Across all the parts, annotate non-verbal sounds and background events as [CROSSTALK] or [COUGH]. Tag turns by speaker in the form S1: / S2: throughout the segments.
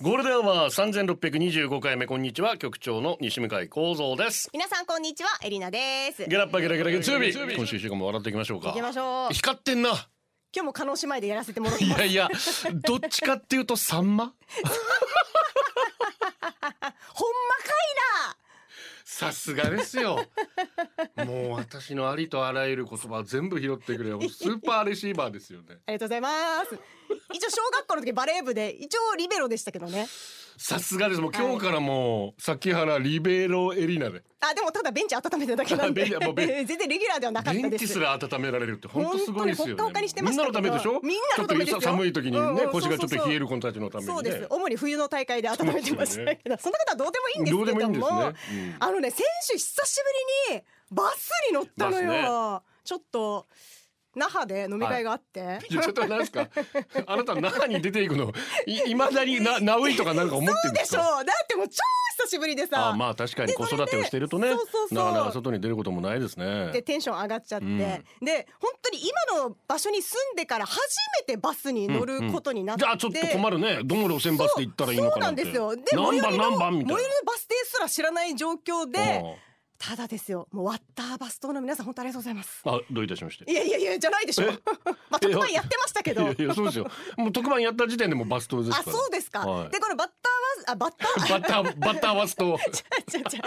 S1: ゴールデンは三千六百二十五回目こんにちは局長の西向井光三です。
S2: 皆さんこんにちはエリナです
S1: ゲラッパゲラゲラゲラツービー今週一週間も笑っていきましょうか。
S2: 行きましょう
S1: 光ってんな。
S2: 今日も加納姉妹でやらせてもらって
S1: い
S2: ます
S1: やいやどっちかっていうとサンマ。
S2: ほんまか
S1: さすがですよ。もう私のありとあらゆる言葉を全部拾ってくれるスーパーレシーバーですよね。
S2: いなありがとうございます一応小学校の時バレー部で一応リベロでしたけどね
S1: さすがですもう今日からもう崎原リベロエリナで
S2: あでもただベンチ温めただけなんで
S1: [LAUGHS] ベンチもうベ
S2: [LAUGHS] 全然レギュラーではなかった
S1: 電
S2: で
S1: 気
S2: す
S1: すら温められるって本当すごいですよね。
S2: 本当にほっかほかにしてま
S1: みん
S2: し
S1: な
S2: た
S1: の
S2: けど
S1: ためでしょ。
S2: みんなのためです
S1: ちょ
S2: よ
S1: っと寒い時に
S2: うん
S1: ね
S2: うん
S1: 腰がちょっと
S2: そうそうそう
S1: 冷える子たちのためにね。
S2: そうです主に冬の大会で温めてましたけどそんなことはどうでもいいんですけど
S1: ど
S2: も
S1: うでもいいんですねうん
S2: あのね先週久しぶりにバスに乗ったのよ、ちょっと那覇で飲み会があって、
S1: いやちょっと何ですか [LAUGHS] あなた那覇に出ていくのいいまだになナウイとかなんか思ってるんで
S2: ですしょ
S1: か
S2: だってもう超久しぶりでさ
S1: あまあ確かに
S2: で
S1: 子
S2: それ
S1: 育
S2: で
S1: てをしてるとね
S2: そうそうそう
S1: なかなか外に出ることもないです
S2: で
S1: ね
S2: テンション上がっちゃって、
S1: うん
S2: で本当に今の場所に住んでから初めてバスに乗ることになって、
S1: じゃあちょっと困るねどの路線バスで行ったらいいのかなんて
S2: そうそうなんですよ
S1: 何
S2: で
S1: 番
S2: 最寄り
S1: 何
S2: の
S1: 番みたい
S2: 最寄りのバス停すら知らない状
S1: な
S2: 況でただですよもうワッターバス等の皆さん本当ありがとうございます
S1: ああどういたしまして
S2: いやいやいやじゃないでしょまあ特番やってましたけど
S1: いやいやそうですよもう特番やった時点でもうバス停です
S2: あ
S1: から
S2: そうですか、
S1: はい
S2: でこのバッターバスあバッタ
S1: バッター
S2: ー
S1: バッターバス
S2: [LAUGHS]
S1: と
S2: 違う違う違うワッターバス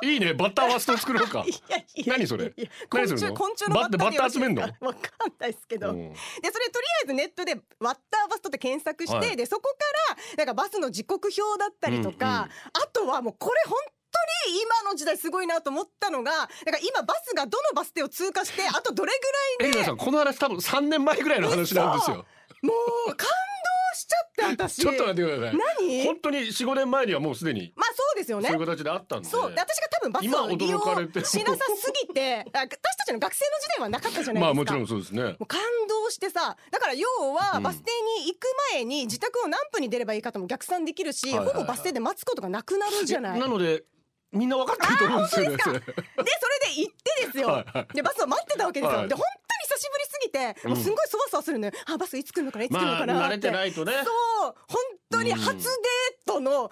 S2: 等
S1: いいねバッターバスと作ろうか
S2: いやいや
S1: 何それ
S2: いや昆
S1: 何す
S2: 虫
S1: るの
S2: 昆虫のバッタ
S1: バ
S2: ー
S1: ッター集めんの
S2: でよろしいですかわかんないですけど、
S1: うん
S2: でそれとりあえずネットで「ワッターバスト」って検索して、
S1: はい
S2: でそこからなんかバスの時刻表だったりとか、
S1: うんうん
S2: あとはもうこれ本当に今の時代すごいなと思ったのがなんか今バスがどのバス停を通過してあとどれ
S1: エ
S2: ぐらい
S1: リナ
S2: で
S1: さんこの話多分3年前ぐらいの話なんですよ
S2: もう感動しちゃって私
S1: ちょっと待ってください
S2: 何
S1: 本当に4、5年前にはもうすでに
S2: まあそうですよね
S1: そういう形であったんで
S2: そうで私が多分バスを利
S1: 今驚かれて
S2: 用
S1: も
S2: しなさすぎてあ私たちの学生の時代はなかったじゃないですか。
S1: まあもちろんそうですね
S2: もう感動してさだから要
S1: う
S2: は
S1: ん
S2: バス停に行く前に自宅を何分に出ればいいかとも逆算できるし、
S1: はいはいはい
S2: ほぼバス停で待つことがなくなるじゃない。で
S1: な
S2: そ
S1: のでみんな分かってると思うんですよね
S2: れで行ってですよ、
S1: はいは
S2: でバスを待ってたわけですよ、
S1: はい
S2: で本当に久しぶりすぎてもうすんごいそわそわするのよ、あバスいつ来るのかないつ来る
S1: [LAUGHS]
S2: の
S1: まあ
S2: かなって、
S1: 慣れてないとね
S2: そう本当に初デートの相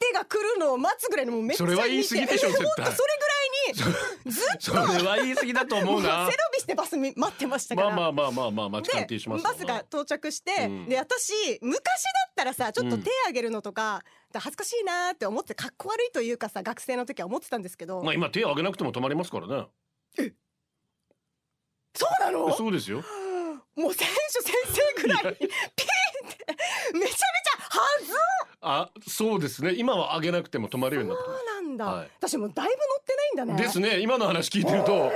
S2: 手が来るのを待つぐらいのもうめっちゃ
S1: それは言い過ぎでしょ
S2: 見て
S1: 絶対
S2: 本当それぐらいにずっ
S1: [LAUGHS] それは言い過ぎだと思
S2: と
S1: う
S2: 背 [LAUGHS] 伸
S1: な
S2: びしてバスみ待ってました
S1: ま
S2: か
S1: あ
S2: ら
S1: まあまあまあまあ待ち鑑
S2: で
S1: 定します
S2: バスが到着して、
S1: うん
S2: で私昔だったらさちょっと手挙げるのとか、恥ずかしいなーって思ってかっこ悪いというかさ学生の時は思ってたんですけど、
S1: まあ今手を挙げなくても止まりますからね
S2: そうなの
S1: そうですよ
S2: もう選手先生ぐらいピンってめちゃめちゃ恥ずそ
S1: あそうですね今は挙げなくても止まるようになってま
S2: うなんだ、
S1: はい
S2: 私もうだいぶ乗ってないんだね
S1: ですね今の話聞いてると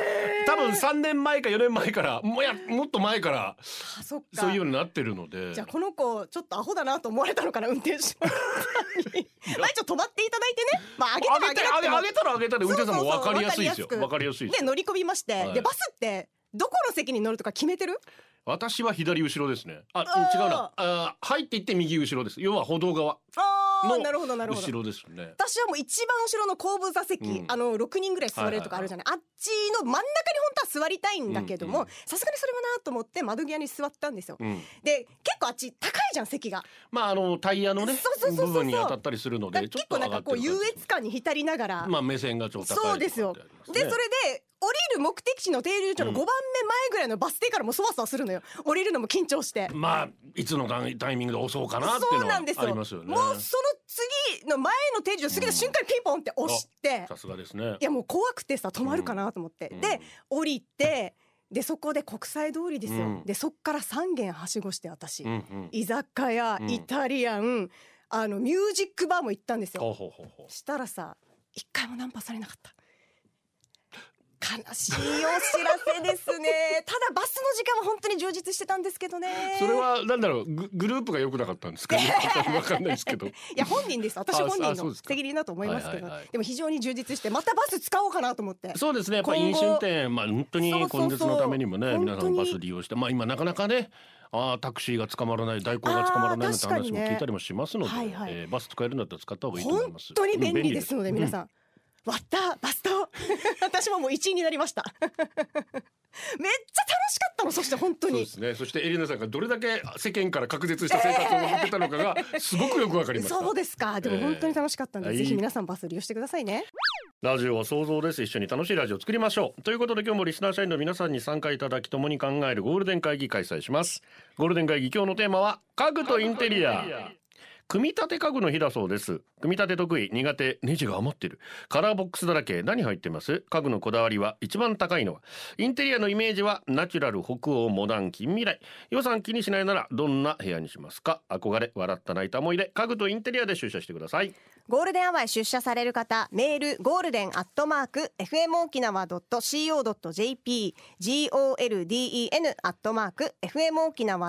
S1: 多分3年前か4年前からもやもっと前から
S2: あそっか
S1: そういうようになってるので
S2: じゃあこの子ちょっとアホだなと思われたのかな運転手
S1: [LAUGHS]
S2: の方にまあ一応止まっていただいてねまあ
S1: あ
S2: 上げ
S1: げ
S2: て
S1: て
S2: も
S1: あ
S2: 上げな
S1: げあ
S2: くても
S1: げたらあげたで運転手さんも分かりやすいですよ
S2: そうそう
S1: 分かりやすいです
S2: で乗り込みまして、
S1: はい
S2: でバスってどこの席に乗るとか決めてる
S1: 私は左後ろですね。あ、
S2: あー
S1: 違うな。あー、入っていって右後ろです。要は歩道側
S2: あ
S1: の
S2: ーなるほどなるほ
S1: 後
S2: ど
S1: ろですね。
S2: 私はもう一番後ろの後部座席、
S1: うん
S2: あの6人ぐらい座れるとかあるじゃない,、あっちの真ん中に本当は座りたいんだけど
S1: うんう
S2: も
S1: ん
S2: さすがにそれはなと思って窓際に座ったんですよ、
S1: うん。
S2: で結構あっち高いじゃん席が
S1: まああのタイヤのね
S2: そうそうそうそう
S1: 部分に当たったりするの
S2: だか
S1: で、
S2: ら
S1: ちょ
S2: 結
S1: っと
S2: 構
S1: 上
S2: なん
S1: が
S2: か
S1: ってる
S2: こう優
S1: 感じ
S2: 越感に浸りながら、
S1: まあ目線がちょっと高い
S2: そうですよ
S1: とかってあります
S2: で
S1: ね
S2: それで降りる目的地の停留所の5
S1: うん
S2: 番目前ぐらいのバス停からもそわそわするのよ降りるのも緊張して。
S1: まあいつのタイミングで襲うかなっていう
S2: そう
S1: の
S2: な
S1: は
S2: んです
S1: あ
S2: よ
S1: りますよね
S2: も。うその次の前の定時を過ぎた瞬間にピンポンって押して、
S1: さすがですね
S2: い。やもう怖くてさ止まるかなと思って、
S1: うん
S2: で降りてでそこで国際通りですよ、
S1: うん
S2: でそっから3軒はしごして私、
S1: うんうん。
S2: 居酒屋、
S1: うん
S2: イタリアンあのミュージックバーも行ったんです
S1: ほ
S2: よ
S1: うほうほうほう。
S2: したらさ一回もナンパされなかった悲しいお知らせで
S1: [LAUGHS]
S2: すねただバスの時間は本当に充実してたんですけどね
S1: それはなんだろうググループが良くなかったんですか
S2: [LAUGHS]
S1: ねわかんないですけど
S2: いや本人です私
S1: あ
S2: 本
S1: あ
S2: 人
S1: そう
S2: の
S1: ですか
S2: 責任だと思いますけど、
S1: はいはいはい
S2: でも非常に充実してまたバス使おうかなと思って
S1: そうですねやっぱり
S2: 今
S1: 飲
S2: 後
S1: 酒運転まあ本当に
S2: そうそうそう
S1: 今月のためにもね
S2: 本当に
S1: 皆さんバス利用してまあ今なかなかねあータクシーが捕まらない代行が捕まらないなんて
S2: あー確かに
S1: 話も
S2: ね
S1: 聞いたりもしますので、
S2: はいはい
S1: えーバス使えるんだったら使った方がいいと思い
S2: 本
S1: ます
S2: 当に便利ですので、皆
S1: ん
S2: さん割ったバスと [LAUGHS] 私ももう一位になりました [LAUGHS] めっちゃ楽しかったのそして本当
S1: そう
S2: に
S1: ですねそしてエリナさんがどれだけ世間から隔絶した生活を送ってたのかがすごくよくわかりました
S2: そうですかでも本当に楽しかったんで、
S1: えー
S2: ぜひ皆さんバス利用してくださいね
S1: ラジオは想像です一緒に楽しいラジオを作りましょうということで今日もリスナー社員の皆さんに参加いただき共に考えるゴールデン会議開催しますゴールデン会議今日のテーマは家具とインテリア組み立て家具の日だそうです組み立て得意苦手ネジが余ってるカラーボックスだらけ何入ってます家具のこだわりは一番高いのはインテリアのイメージはナチュラル北欧モダン近未来予算気にしないならどんな部屋にしますか憧れ笑った泣いた思い出家具とインテリアで出社してください
S2: ゴールデンアワーへ出社される方、メール、ゴールデンアットマーク、fmokinawa.co.jp、golden アットマーク、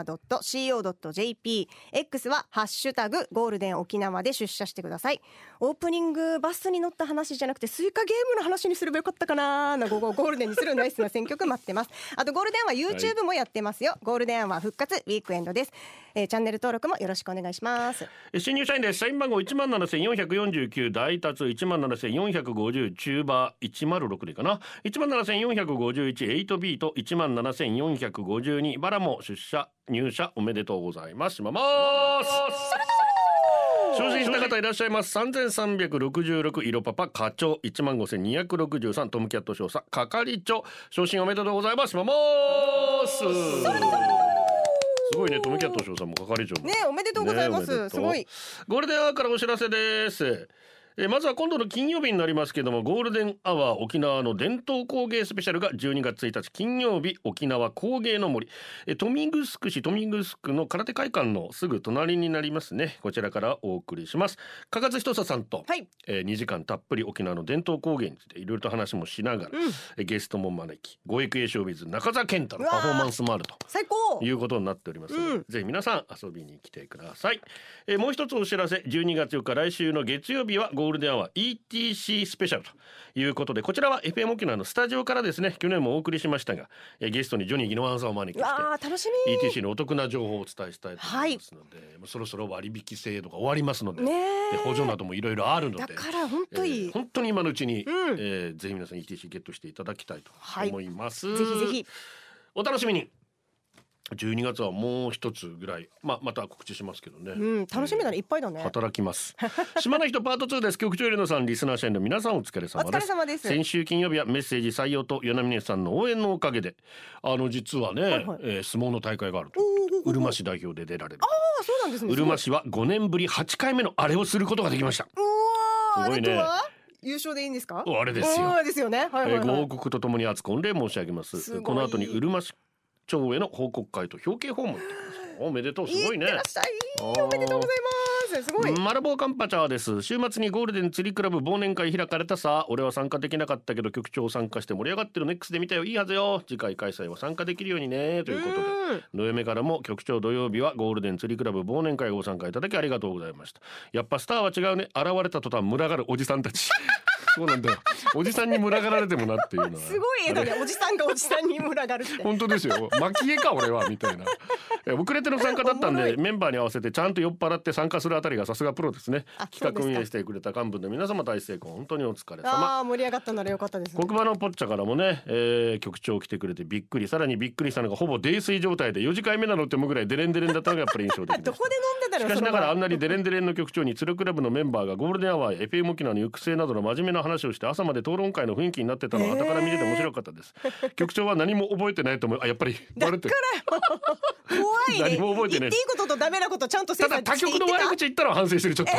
S2: fmokinawa.co.jp、X は、ハッシュタグ、ゴールデン沖縄で出社してください。オープニング、バスに乗った話じゃなくて、スイカゲームの話にすればよかったかなな、午後ゴールデンにするナイスな選曲待ってます。あと、ゴールデンは YouTube もやってますよ。ゴールデンは復活、ウィークエンドです。えーチャンネル登録もよろしくお願いします。
S1: 新入社員です社員番号1万7449大達1万7450中場106でいいかな1万7451 8ビート1万7452バラも出社入社おめでとうございますしまます昇進した方いらっしゃいます3366色パパ課長1万5263トムキャット少佐係長昇進おめでとうございますしまますすごいねトムキャット少佐も係長も
S2: ねおめでとうございます
S1: ねおめでとう
S2: すごい
S1: ゴールデンアワーからお知らせですえーまずは今度の金曜日になりますけどもゴールデンアワー沖縄の伝統工芸スペシャルが12月1日金曜日沖縄工芸の森えー豊見城市豊見城の空手会館のすぐ隣になりますねこちらからお送りします加賀津仁さんと、
S2: はい
S1: え2時間たっぷり沖縄の伝統工芸についていろいろと話もしながら、
S2: うん
S1: えーゲストも招きご育英ショービズ中澤健太の
S2: うわー
S1: パフォーマンスもあると
S2: 最高
S1: いうことになっておりますので、
S2: うん
S1: ぜひ皆さん遊びに来てください、えーもう一つお知らせ12月4日来週の月曜日はゴールデンアワー ETC スペシャルということでこちらは FM 沖縄のスタジオからですね去年もお送りしましたが、えーゲストにジョニー・ギノワンさんをお招きして
S2: わあ楽し
S1: ETC のお得な情報をお伝えしたいと思いますので、もうそろそろ割引制度が終わりますので,
S2: み
S1: で、
S2: ねえ
S1: 補助などもいろいろあるので
S2: だから本当いい、
S1: えー本当に今のうちに、
S2: うん
S1: えーぜひ皆さん ETC ゲットしていただきたいと
S2: はい
S1: 思います、
S2: ぜひぜひ
S1: お楽しみに12月はもう一つぐらい、まあ、また告知しますけどね、
S2: うん楽しみだねいっぱいだね
S1: 働きます島の人パート2です局長エレナさんリスナー社員の皆さんお疲れ
S2: お
S1: 様
S2: 疲
S1: で
S2: れ
S1: す
S2: 様です
S1: 先週金曜日はメッセージ採用と与那峰さんの応援のおかげであの実はね、
S2: いはい
S1: えー相撲の大会があると
S2: おーおーおー
S1: うるま市代表で出られる
S2: あそうなんですね
S1: うるま市は5年ぶり8回目のあれをすることができました
S2: うわー
S1: すごいね
S2: あれとは優勝でいいんですか
S1: あれですよ
S2: あーですよねはいはい
S1: え
S2: は
S1: ー
S2: い、
S1: ご報告とともに厚く御礼申し上げます
S2: すごい
S1: この後にうるま市長への報告会と表敬訪問おめでとうすごいね
S2: ってらっしゃい
S1: あー
S2: おめでとうございますすごい、
S1: マラボーカンパチャーです週末にゴールデン釣りクラブ忘年会開かれたさ俺は参加できなかったけど局長参加して盛り上がってるネックスで見たよいいはずよ次回開催は参加できるようにねということで
S2: うん
S1: 土曜目からも局長土曜日はゴールデン釣りクラブ忘年会ご参加いただきありがとうございましたやっぱスターは違うね現れた途端群がるおじさんたち [LAUGHS] そうなんだよおじさんに群がられてもなっていうのは
S2: [LAUGHS] すごい絵だねおじさんがおじさんに群がるって
S1: 本当です
S2: [LAUGHS]
S1: よ巻き絵か俺はみたいなえ遅れての参加だったん
S2: おもろ
S1: で
S2: い
S1: メンバーに合わせてちゃんと酔っ払って参加するあたりがさすがプロですね
S2: あ
S1: 企画
S2: そうです
S1: 運
S2: か
S1: 営してくれた幹部の皆様大成功本当にお疲れ様
S2: ああ盛り上がったならよかったですね
S1: 黒板のポッチャからもね、えー局長来てくれてびっくりさらにびっくりしたのがほぼ泥酔状態で4次会目なのって思うぐらいデレンデレンだったのがやっぱり印象的でし
S2: [LAUGHS] ど
S1: た
S2: こで飲んでた
S1: し
S2: の
S1: かし
S2: その
S1: な
S2: 場
S1: がらあんなにデレンデレンの局長に鶴クラブのメンバーがゴールデンアワーや FM 沖縄の行く末などの真面目な話をして朝まで討論会の雰囲気になってたのは傍から見てて面白かった
S2: [LAUGHS]
S1: です、局長は何も覚えてないと思うあやっぱりバレてる
S2: 怖いね
S1: [LAUGHS] 何も覚えてない
S2: 言っていいこととダメなことちゃんと精
S1: た
S2: 査
S1: だ他
S2: して言っ
S1: 局
S2: て
S1: の悪口言ったのは反省してるちょっと、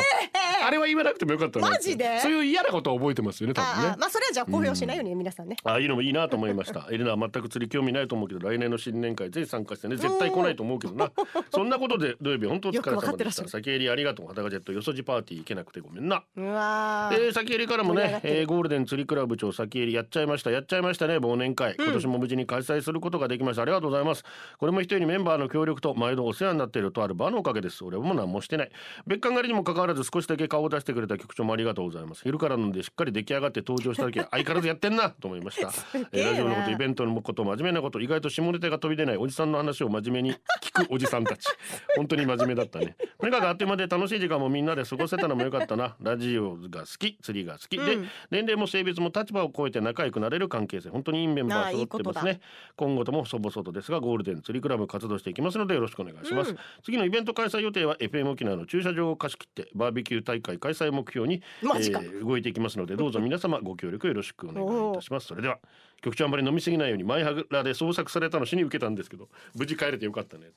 S1: あれは言わなくてもよかったなって
S2: マジで
S1: そういう嫌なことは覚えてますよね多分
S2: あ
S1: ね
S2: あまあそれはじゃあ公表しないようにね皆さんね
S1: ああいうのもいいなと思いま
S2: [LAUGHS]
S1: した。エレナは全く釣り興味ないと思うけど、来年の新年会ぜひ参加してね、絶対来ないと思うけど
S2: [LAUGHS]
S1: な。そんなことで土曜日本当お疲れ
S2: よくわか
S1: 様
S2: って
S1: で
S2: らっ
S1: し
S2: しゃ
S1: た。
S2: る
S1: 先エリありがとう。旗がジェットよそじパーティー行けなくてごめんな。
S2: うわー
S1: えー、先入りからもね、
S2: 上が
S1: ね
S2: っ、てる
S1: えーゴールデン釣りクラブ長先襟やっちゃいましたやっちゃいましたね忘年会、今年も無事に開催することができましたありがとうございますこれも一人にメンバーの協力と毎度お世話になっているとあるバーのおかげです俺はもう何もしてない別館狩りにもかかわらず少しだけ顔を出してくれた局長もありがとうございます昼からなのでしっかり出来上がって登場した時は相変わらずやってんなと思いま
S2: [LAUGHS]
S1: した、
S2: げ
S1: え
S2: え
S1: ー
S2: な
S1: ラジオのことイベントのこと真面目なこと意外と下ネタが飛び出ないおじさんの話を真面目に聞くおじさん
S2: [LAUGHS]
S1: たち本当に真面目だったねとにかくあっという間で楽しい時間もみんなで過ごせたのもよかったなラジオが好き釣りが好き、で年齢も性別も立場を超えて仲良くなれる関係性本当にいいメンバ
S2: あ
S1: ー
S2: あ
S1: 揃ってますね
S2: いい
S1: 今後とも細々とですがゴールデン釣りクラブ活動していきますのでよろしくお願いします、
S2: うん
S1: 次のイベント開催予定は FM 沖縄の駐車場を貸し切ってバーベキュー大会開催目標に、
S2: マジか
S1: ー動いていきますのでどうぞ皆様ご協力よろしくお願いいたしますそれでは局長あんまり飲みすぎないように前はらで捜索されたの死に受けたんですけど無事帰れてよかったね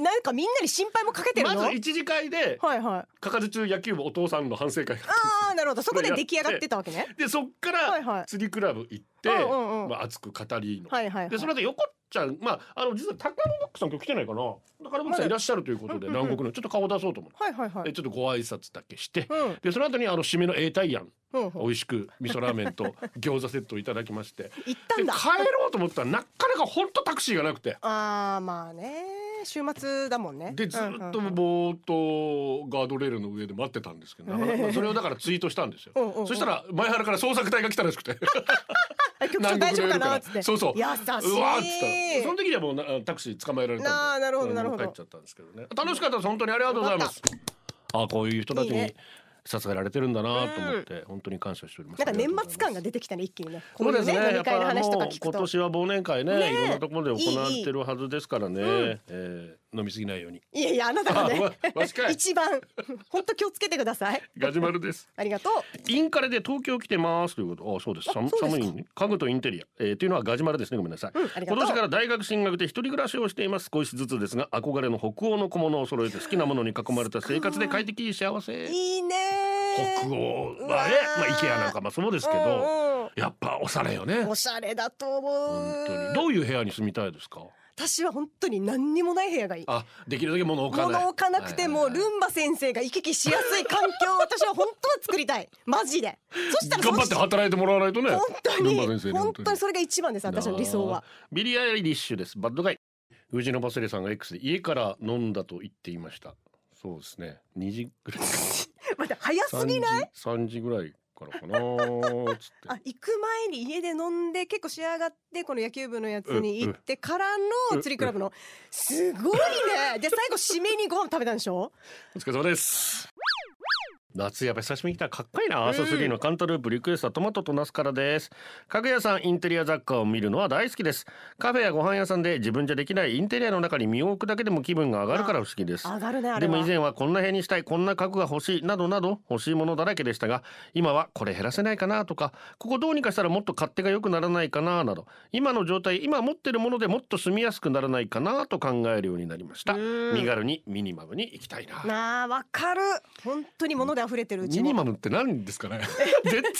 S2: なんかみんなに心配もかけて
S1: と
S2: る
S1: ま
S2: の、
S1: ず一次会で
S2: はいはい
S1: かかず中野球部お父さんの反省会が
S2: ああなるほどそこで出来上がってたわけね
S1: でそっか
S2: はいは
S1: ら
S2: い
S1: 釣りクラブ行って、
S2: うんうんうん
S1: まあ、熱く語りの、
S2: はいはいはい
S1: でその後横っちゃんまああの実はタカノボックさん今日来てないかなタカノボックさんいらっしゃるということで、
S2: まだうんうんう
S1: 南
S2: ん
S1: 国のちょっと顔出そうと思う、
S2: はいはいは
S1: で
S2: い
S1: ちょっとご挨拶だけして、
S2: うん
S1: でその後にあの締めの永代庵
S2: うんうん
S1: 美味しく味噌ラーメン
S2: [LAUGHS]
S1: と餃子セットをいただきましてで
S2: 行ったんだ
S1: 帰ろうと思ったらなかなか本当タクシーがなくて。
S2: ああまあね週末だもんね
S1: でずっと
S2: うんうん
S1: ぼーっとガードレールの上で待ってたんですけどなかなかそれをだからツイートしたんですよ
S2: うんうんうん
S1: そしたら前原から捜索隊が来たらしくて
S2: あ局長
S1: 南
S2: 大
S1: 国
S2: 丈
S1: の夜
S2: 夫かな
S1: か
S2: っつって
S1: らそう [LAUGHS] そう
S2: 優しいう
S1: わーっつったらその時にはもうなタクシー捕まえられたんで
S2: なあなるほど
S1: うん
S2: なるほど
S1: もう帰っちゃったんですけどね楽しかったです本当にありがとうございますあこういう人たち
S2: いい
S1: に
S2: ね
S1: 支えられてるんだなと思って本当に感謝しております
S2: なんか年末感が
S1: ありがとうございます
S2: 出てきたね一気にねこ
S1: そうう
S2: い
S1: で
S2: う
S1: すね
S2: ね飲み会の話とか
S1: やっ
S2: 聞
S1: ぱもう今
S2: くと
S1: 年は忘年会ね
S2: ねえ
S1: いろんなところで行われ
S2: いいい
S1: てるはずですからねえー飲みすぎないように
S2: いやいやあなたがね
S1: あわわしかい
S2: 一番本当気をつけてください
S1: ガジュマルです
S2: ありがとう
S1: インカレで東京来てますということ。あ、そうです。寒
S2: あそうです
S1: 寒
S2: か
S1: いね家具とインテリア、えー、というのはガジュマルですね。ごめんなさい。
S2: うんありがとう
S1: 今年から大学進学で一人暮らしをしています。少しずつですが、憧れの北欧の小物を揃えて好きなものに囲まれた生活で快適幸せ。
S2: いいね
S1: 北欧
S2: う
S1: は
S2: わ
S1: ね、
S2: ー
S1: まあイケアなんかまあそうですけど、
S2: うんうん
S1: やっぱおしゃれよね。
S2: おしゃれだと思
S1: 本当
S2: う
S1: に。どういう部屋に住みたいですか。
S2: 私は本当に何にもない部屋がいい
S1: あ、できるだけ物置かない。
S2: 物置かなくても
S1: はいは
S2: ル
S1: いはい
S2: ンバ先生が行き来しやすい環境を私は本当は作りたいマジでそしたらそ
S1: 頑張って働いてもらわないとね。
S2: 本当
S1: ルンバ
S2: に
S1: 先生に
S2: 本当にそれが一番です私の理想は
S1: ビリー・アイリッシュですバッドガイ宇治のバセレさんが X で家から飲んだと言っていましたそうですね2時ぐらい
S2: [LAUGHS]
S1: か
S2: 待って早すぎない
S1: 3時3時ぐらいからかなーつ
S2: あ
S1: っ
S2: 行く前に家で飲んで結構仕上がってこの野球部のやつに行ってから
S1: うん
S2: の釣りクラブのすごいねで最後締めにご飯食べたんでしょ
S1: てお疲れ様です夏やっぱ久しぶりに来たらかっこいいな朝3のカンタループリクエストはトマトとナスからです家具屋さんインテリア雑貨を見るのは大好きですカフェやご飯屋さんで自分じゃできないインテリアの中に身を置くだけでも気分が上がるから不思議です
S2: 上がるねあれ
S1: で
S2: は
S1: も以前はこんな部屋にしたいこんな家具が欲しいなどなど欲しいものだらけでしたが今はこれ減らせないかなとかここどうにかしたらもっと勝手が良くならないかななど今の状態今持ってるものでもっと住みやすくならないかなと考えるようになりました
S2: うん
S1: 身軽にミニマムに行きたいな
S2: なあわかる本当に物で溢れてるうち
S1: ミ
S2: も
S1: ニマムって何ですか
S2: [LAUGHS]
S1: ね全然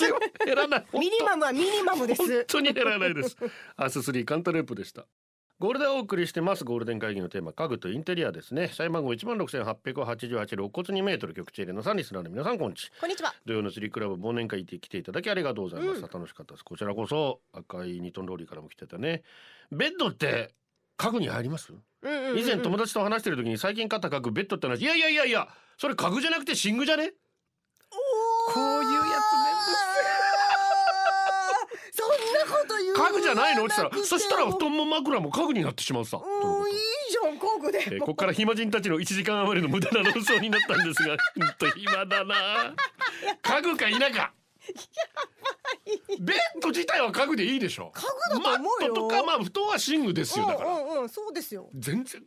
S1: 減らない
S2: ミニマムはミニマムで
S1: 本
S2: す
S1: 当に減らないです。アススリーカンタループでした。ゴールデンをお送りしてます。ゴールデン会議のテーマ、家具とインテリアですね。社員番号16,888、肋骨2メートル、局地入れのサンリスナーの皆さん、こんにちは。
S2: こんにちは
S1: 土曜の釣りクラブ忘年会行って来ていただきありがとうございます。
S2: うん
S1: 楽しかったです。こちらこそ、赤いニトンローリーからも来てたね。ベッドって、家具に入ります、
S2: うんうんうん
S1: 以前友達と話してる時に最近買った家具ベッドって話いやいやいやいやそれ家具じゃなくて寝具じゃねこういうやつめんどくせえ
S2: そんなこと言う
S1: 家具じゃないのって言ったらそしたら布
S2: も
S1: 団も枕も家具になってしまうさ
S2: ういいじゃん工具
S1: え
S2: で
S1: ーここから暇人たちの1時間余りの無駄な論争になったん
S2: [LAUGHS]
S1: ですがほんと暇だな家具か否かベッド自体は家具でいいでしょ
S2: 家具だと思う
S1: マッ
S2: よ
S1: トとかまあ布団は寝具ですよだから、
S2: うんうんうんそうですよ
S1: 全然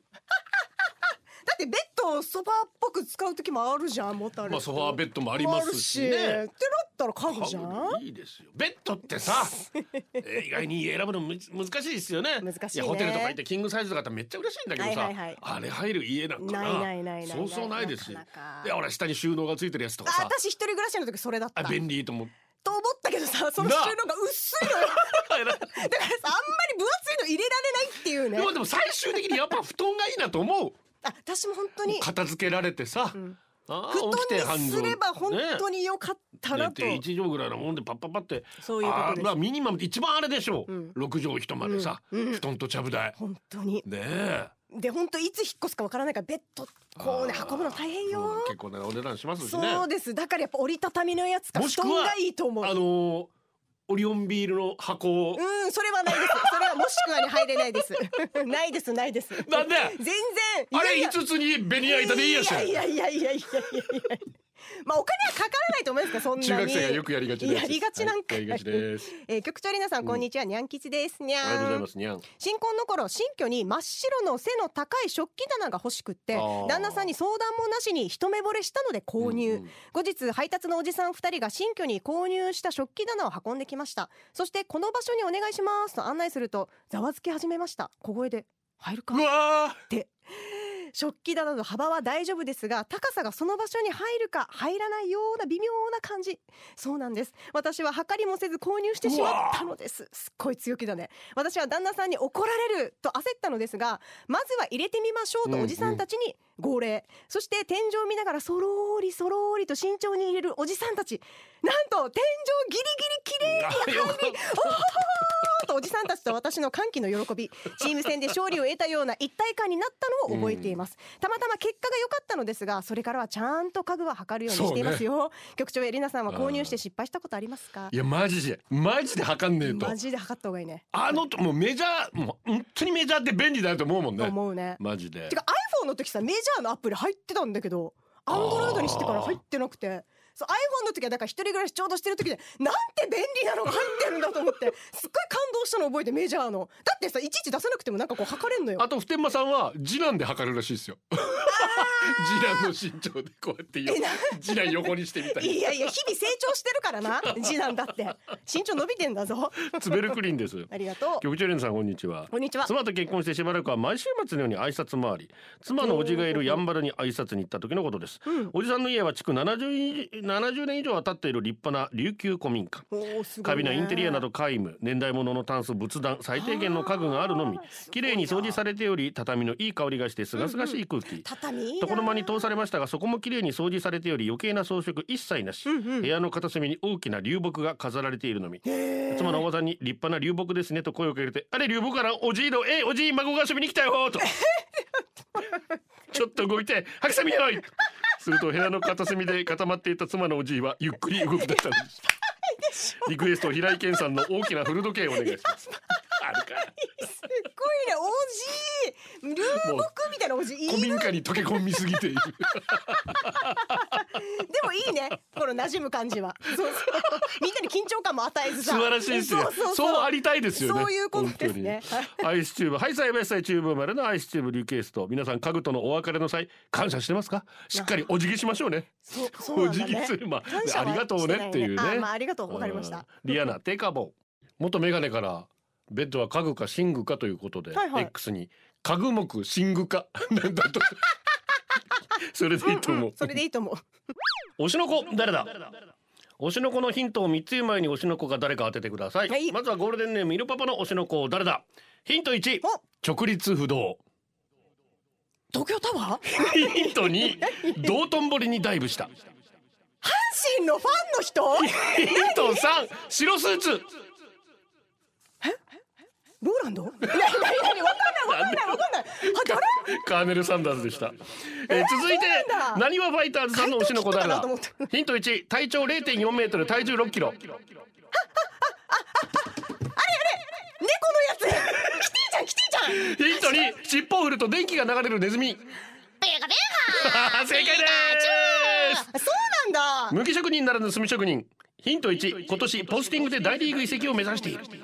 S2: だってベッドをソファーっぽく使う時もあるじゃんもっとある
S1: まあソファーベッドもありますしね
S2: あるしってなったら家具じ
S1: 家
S2: ゃ
S1: 具
S2: ん
S1: でいいですよベッドってさえー意外に選ぶのむ難しいですよね
S2: 難しいね
S1: やホテルとか行ってキングサイズとかだってめっちゃ嬉しいんだけどさ、
S2: はいはいはい
S1: あれ入る家なんかな
S2: ないないないない
S1: そうそうないですし
S2: なかなか
S1: で俺下に収納がついてるやつと
S2: あ
S1: かさ
S2: 私一人暮らしの時それだった
S1: あ
S2: と思っ
S1: 便利と
S2: [LAUGHS]
S1: 思って
S2: たけどさその収納が薄い
S1: [LAUGHS]
S2: のよだからさあんまり分厚いの入れられないっていう
S1: でも
S2: ね
S1: でも最終的にやっぱ布団がいいなと思う
S2: あ私も本当に
S1: 片付けられてさ、あ
S2: 布
S1: ー起きて
S2: 団
S1: 半
S2: にす
S1: 分
S2: れば本当によかったな
S1: ね
S2: と、
S1: 寝て1畳ぐらいのもんでパッパッパって
S2: そういうこと
S1: あー
S2: です
S1: まあミニマムって一番あれでしょう、
S2: うん
S1: 6畳一間でさ、
S2: うんうん
S1: 布団とちゃぶ台
S2: 本当に
S1: ねえ
S2: で本当いつ引っ越すかわからないからベッドこうね
S1: あー
S2: 運ぶの大変
S1: うん
S2: よ
S1: 結構ねお値段しますしね
S2: そうですだからやっぱ折りたたみのやつか
S1: も
S2: 布
S1: しく
S2: 団
S1: は
S2: がいいと思う
S1: あのーオリオンビールの箱を、
S2: うんそれはないですそれはもしくはに入れないですないですないです
S1: なんで
S2: 全然
S1: あれ
S2: いやいや
S1: 5つにベニヤ板でいいやし
S2: いやいやいやいやいやいやまあお金はかからないと思いますかそんなに
S1: 中学生がよくやりがちなやつ
S2: やりがちなんか、
S1: はいやりがちです
S2: えー局長皆さんこんにちは、にゃん吉ですにゃ
S1: ありがとうござい
S2: ん
S1: ますにゃん
S2: 新婚の頃新居に真っ白の背の高い食器棚が欲しくって
S1: あー
S2: 旦那さんに相談もなしに一目惚れしたので購入、
S1: うんうん
S2: 後日配達のおじさん2人が新居に購入した食器棚を運んできましたそしてこの場所にお願いしますと案内するとざわつき始めました小声で入るか
S1: うわ
S2: 食器棚の幅は大丈夫ですが高さがその場所に入るか入らないような微妙な感じそうなんです私は測りもせず購入してしまったのですすっごい強気だね私は旦那さんに怒られると焦ったのですがまずは入れてみましょう
S1: うん
S2: と
S1: うん
S2: おじさんたちに号令、そして天井を見ながらそろーりそろーりと慎重に入れるおじさんたちなんと天井ギリギリ綺麗
S1: ーあよかった
S2: ちょっとおじさんたちと私の歓喜の喜びチーム戦で勝利を得たような一体感になったのを覚えています、たまたま結果が良かったのですがそれからはちゃんと家具は測るようにしていますよ、局長エリナさんは購入して失敗したことありますか
S1: いやマジでマジで測んねえと
S2: マジで測った方がいいね
S1: あのもうメジャーもう本当にメジャーって便利だと思うもんね
S2: 思うね
S1: マジで
S2: てか iPhone の時さメジャーのアプリ入ってたんだけど Android にしてから入ってなくてそう iPhone の時はだから一人暮らしちょうどしてる時でなんて便利なのが入ってるんだと思って
S1: [LAUGHS]
S2: すっごい感動したの覚えてメジャーのだってさいちいち出さなくてもなんかこう測れんのよ
S1: あと普天間さんは次男で測るらしい
S2: [LAUGHS]
S1: ですよ次男の身長でこうやってよ
S2: えな
S1: 次男横にしてみた
S2: い
S1: り
S2: やいや日々成長してるか
S1: [LAUGHS]
S2: らな次男だって身長伸びてんだぞ
S1: つべるクリーンです
S2: ありがとう
S1: 局長連さんこんにちは
S2: こんにちは
S1: 妻と結婚してしばらくは毎週末のように挨拶回り妻のおじがいるやんばるに挨拶に行った時のことです、
S2: うん
S1: おじさんの家は築 70, 以70年以上は経っている立派な琉球古民家
S2: おーすご
S1: カ
S2: いね
S1: ビなインテリアなど皆無年代物のタンス仏壇最低限の家具があるのみ
S2: あーすごいな
S1: 綺麗に掃除されており畳のいい香りがして清々しい空気
S2: 畳いいな
S1: 床の間に
S2: [LAUGHS]
S1: 通されましたがそこも綺麗に掃除されており余計な装飾一切なし、
S2: うんうん
S1: 部屋の片隅に大きな流木が飾られているのみ妻のおばさんに立派な流木ですねと声をかけてあれ流木からおじいのえいおじい孫が遊びに来たよ
S2: [LAUGHS]
S1: とちょっと動いて白さ見ろいすると部屋の片隅で固まっていた妻のおじいはゆっくり動き出したんですリクエスト平井堅さんの大きな古時計をお願いしますあるか
S2: すっごいねおじい流木みたいなおじいいい
S1: 古
S2: で
S1: 民家に溶け込みすぎている
S2: もいいねこの馴染む感じはそう
S1: [LAUGHS]
S2: そうみんなに緊張感も与えず
S1: 素
S2: さ
S1: 晴らしいですよ
S2: そうそうそう
S1: ありたいですよね
S2: そういうことですね
S1: 本当にアイスチューブはい栽培祭チューブ生まれのアイスチューブリュケースト皆さん家具とのお別れの際感謝してますかしっかりお辞儀しましょうね
S2: そうそう
S1: お
S2: なん
S1: 辞
S2: だ
S1: 儀
S2: ね
S1: するまあ
S2: 感謝は
S1: ありがとうねっていう
S2: してな
S1: ね
S2: あまあありがとうわかりました
S1: うんリアナテカボ元メガネからベッドは家具か寝具かということで、
S2: はいはい
S1: X に家具目寝具かなんだとそれでいいと思う、
S2: それでいいと思う
S1: 推しの子誰だ推しの子のヒントを3つ以前に推しの子が誰か当ててください、
S2: はい
S1: まずはゴールデンネームイルパパの推しの子誰だヒント1直立不
S2: [LAUGHS]
S1: 動
S2: 東京タワー阪
S1: ヒント2道頓堀にダイブ
S2: [LAUGHS]
S1: した
S2: 神のファンの人
S1: ヒント3白スーツ
S2: ローランド？なになになにわかんないわかんないわかんない。は誰？
S1: カーネル・サンダーズでした、えー続いて
S2: そうなんだ
S1: なにわファイターズさんの推しの子誰
S2: 怪
S1: だ
S2: 盗キッドかなと思った
S1: ヒント1体長0.4メートル体重6キロ
S2: 猫のやつ。キティちゃんキティちゃん。
S1: ヒント2尻尾を振ると電気が流れるネズミ [LAUGHS] 正解です
S2: あそうなんだ。
S1: 無機職人ならぬ炭職人ヒント1今年ポスティングで大リーグ移籍を目指しているヒン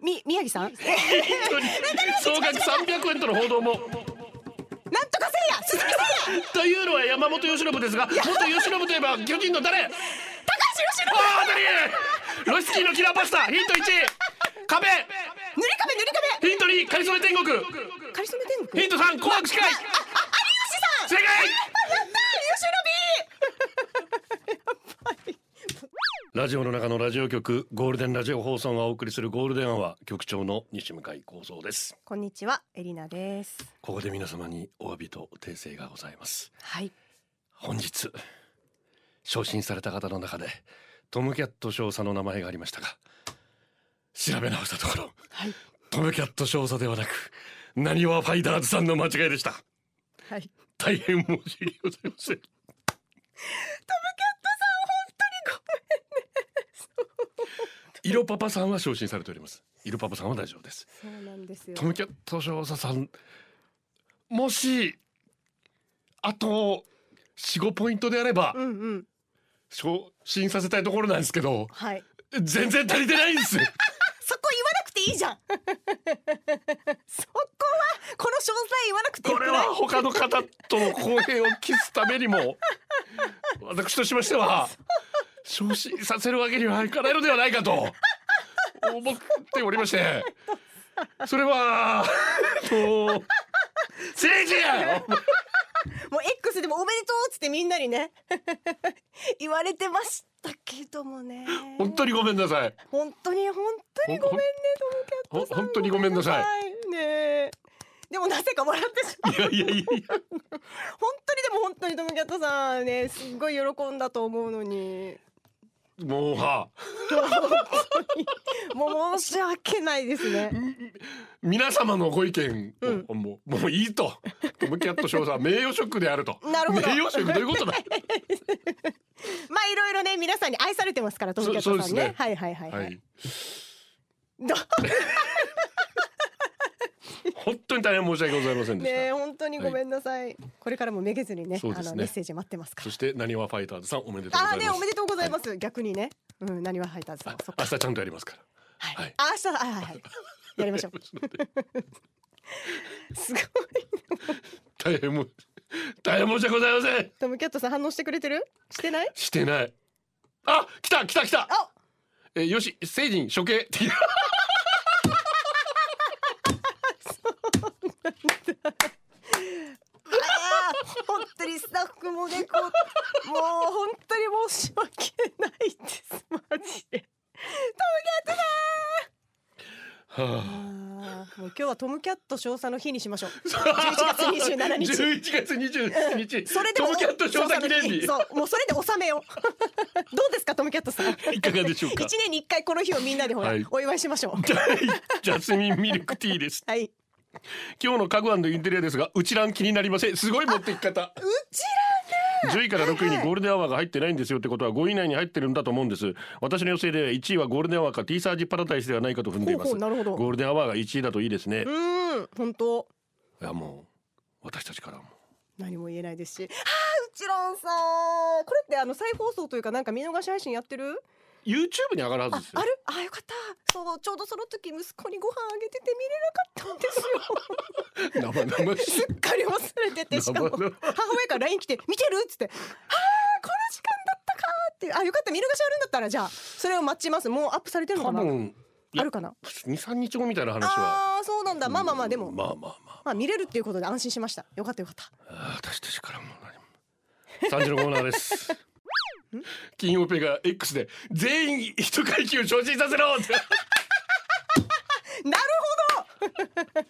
S2: み宮
S1: [LAUGHS]
S2: 城さん？なんとか
S1: ト2総額300円との報道も
S2: せいや鈴木せいや
S1: というのは山本由伸ですが元由伸といえば巨人の誰
S2: 高橋由
S1: あ
S2: 伸。
S1: あ当たりロシスキーのキラーパスタヒント1壁
S2: 塗り壁塗り
S1: ヒント2カリソメ天国
S2: 壁。カリソメ天国。
S1: ヒント3紅白司会
S2: 有吉さん。
S1: 正解
S2: やった
S1: ラジオの中のラジオ局ゴールデンラジオ放送がお送りするゴールデンアワー局長の西向井光三です
S2: こんにちはエリナです。
S1: ここで皆様にお詫びと訂正がございます
S2: はい。
S1: 本日昇進された方の中でトムキャット少佐の名前がありましたが調べ直したところ、
S2: はい
S1: トムキャット少佐ではなくなにわファイターズさんの間違いでした
S2: はい
S1: 大変申し訳ございませんイロパパさんは昇進されておりますイロパパさんは大丈夫です
S2: そうなんですよ
S1: トムキャット少佐さんもしあと45ポイントであれば
S2: うんうん
S1: 昇進させたいところなんですけど
S2: はい
S1: 全然足りてないんです
S2: そこ言わなくていいじゃ [LAUGHS] んそこはこの詳細言わなくてよ
S1: こ
S2: くない
S1: れは他の方との公平を期すためにも私としましては昇進させるわけにはいかないのではないかと思っておりましてそれはあの政治や
S2: もう X でもおめでとうっつってみんなにね [LAUGHS] 言われてましたけどもね
S1: 本当
S2: に
S1: にごめんなさい
S2: 本当に本当にごめんねトムキャットさん
S1: ほ本当にごめんなさい
S2: ごめんなさいねでもなぜか笑ってしまう
S1: いやいやいやいや
S2: 本当にでも本当にトムキャットさんねすっごい喜んだと思うのに
S1: もうは
S2: もう申し訳ないですね
S1: 皆様のご意見を、もうもういいとトムキャット少佐は名誉職であると
S2: なるほど
S1: 名誉職どういうことだ
S2: まあいろいろね皆さんに愛されてますからトムキャッ
S1: そ
S2: トさん
S1: そう
S2: ね
S1: ですね
S2: はいはいはい、はい
S1: はい
S2: ど
S1: 本当に大変申し訳ございません
S2: う
S1: でした、
S2: ね本当にごめんなさい、これからもめげずにね
S1: そうで
S2: あ
S1: すね
S2: のメッセージ待ってますか
S1: そ
S2: ら
S1: してなにわファイターズさんおめでとうござ
S2: あ
S1: い
S2: ー
S1: ます
S2: ねおめでとうございます、逆にねうん何は入ったんです
S1: あ
S2: かそっ
S1: 明
S2: か
S1: 日ちゃんとやりますから
S2: はい、
S1: はい
S2: あ明日はいはいはいやりましょうすごい
S1: 大変も [LAUGHS] 大変申し訳ございません
S2: トムキャットさん反応してくれてるしてない
S1: してないあ来た来た来た
S2: あ
S1: えーよし成人処刑
S2: あー本当にスタッフもねこうもう本当に申し訳ないですマジで [LAUGHS]
S1: はあ
S2: あーもう今日はトムキャット少佐の日にしましょう11月27日
S1: 11月27日
S2: それで
S1: ト
S2: も
S1: ムキャット少佐記念日
S2: そうもうそれで収めようどうですかトムキャットさん
S1: いかがでしょうか
S2: 一年に一回この日をみんなでほら、
S1: はい
S2: お祝いしましょう
S1: [LAUGHS] ジャスミンミルクティーです
S2: はい
S1: 今日の家具インテリアですがうちらん気になりませんすごい持っていき方
S2: うち
S1: 10位から6位にゴールデンアワーが入ってないんですよってことは5位以内に入ってるんだと思うんです私の予想では1位はゴールデンアワーか T サージパラダイスではないかと踏んでい
S2: ら
S1: ます
S2: ほうほうなるほど
S1: ゴールデンアワーが1位だといいですね
S2: うーん本当
S1: いやもう私たちからはも
S2: 何も言えないですしはあうちらんさんこれってあの再放送というかなんか見逃し配信やってる
S1: YouTube に上がるはず
S2: あ
S1: ですよ
S2: あるあよかったそうちょうどその時息子にご飯あげてて見れなかったんですよ
S1: 生々しい
S2: [LAUGHS] す
S1: [LAUGHS]
S2: っかり忘れててしかも
S1: 生々しい
S2: 母親から LINE 来て「見てる?」っつって「はあこの時間だったか」ってあよかった見逃しあるんだったらじゃあそれを待ちますもうアップされてるの
S1: 多
S2: かな
S1: 分いや
S2: あるかな
S1: 23日後みたいな話は
S2: ああーそうなんだまあまあまあでも、
S1: まあまあま
S2: まあ見れるっていうことで安心しましたよかったよかった
S1: あ私たちからも何も3時のコーナーです金曜ペが X で全員一階級昇進させ
S2: [LAUGHS]
S1: ろって
S2: なるほど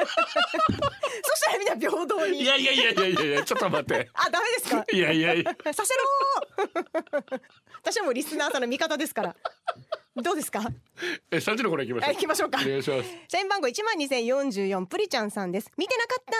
S2: [LAUGHS] そしたらみんな平等
S1: い
S2: に
S1: やいやいやいやいやいやちょっと待って
S2: あダメですか
S1: いやいやいや
S2: [LAUGHS] させろー [LAUGHS] 私はもうリスナーさんの味方ですからどうですか
S1: え3時のコーナー行きましょう
S2: はい行きましょうか
S1: お願いします
S2: 社員番号一万二千四十四プリちゃんさんです見てなかった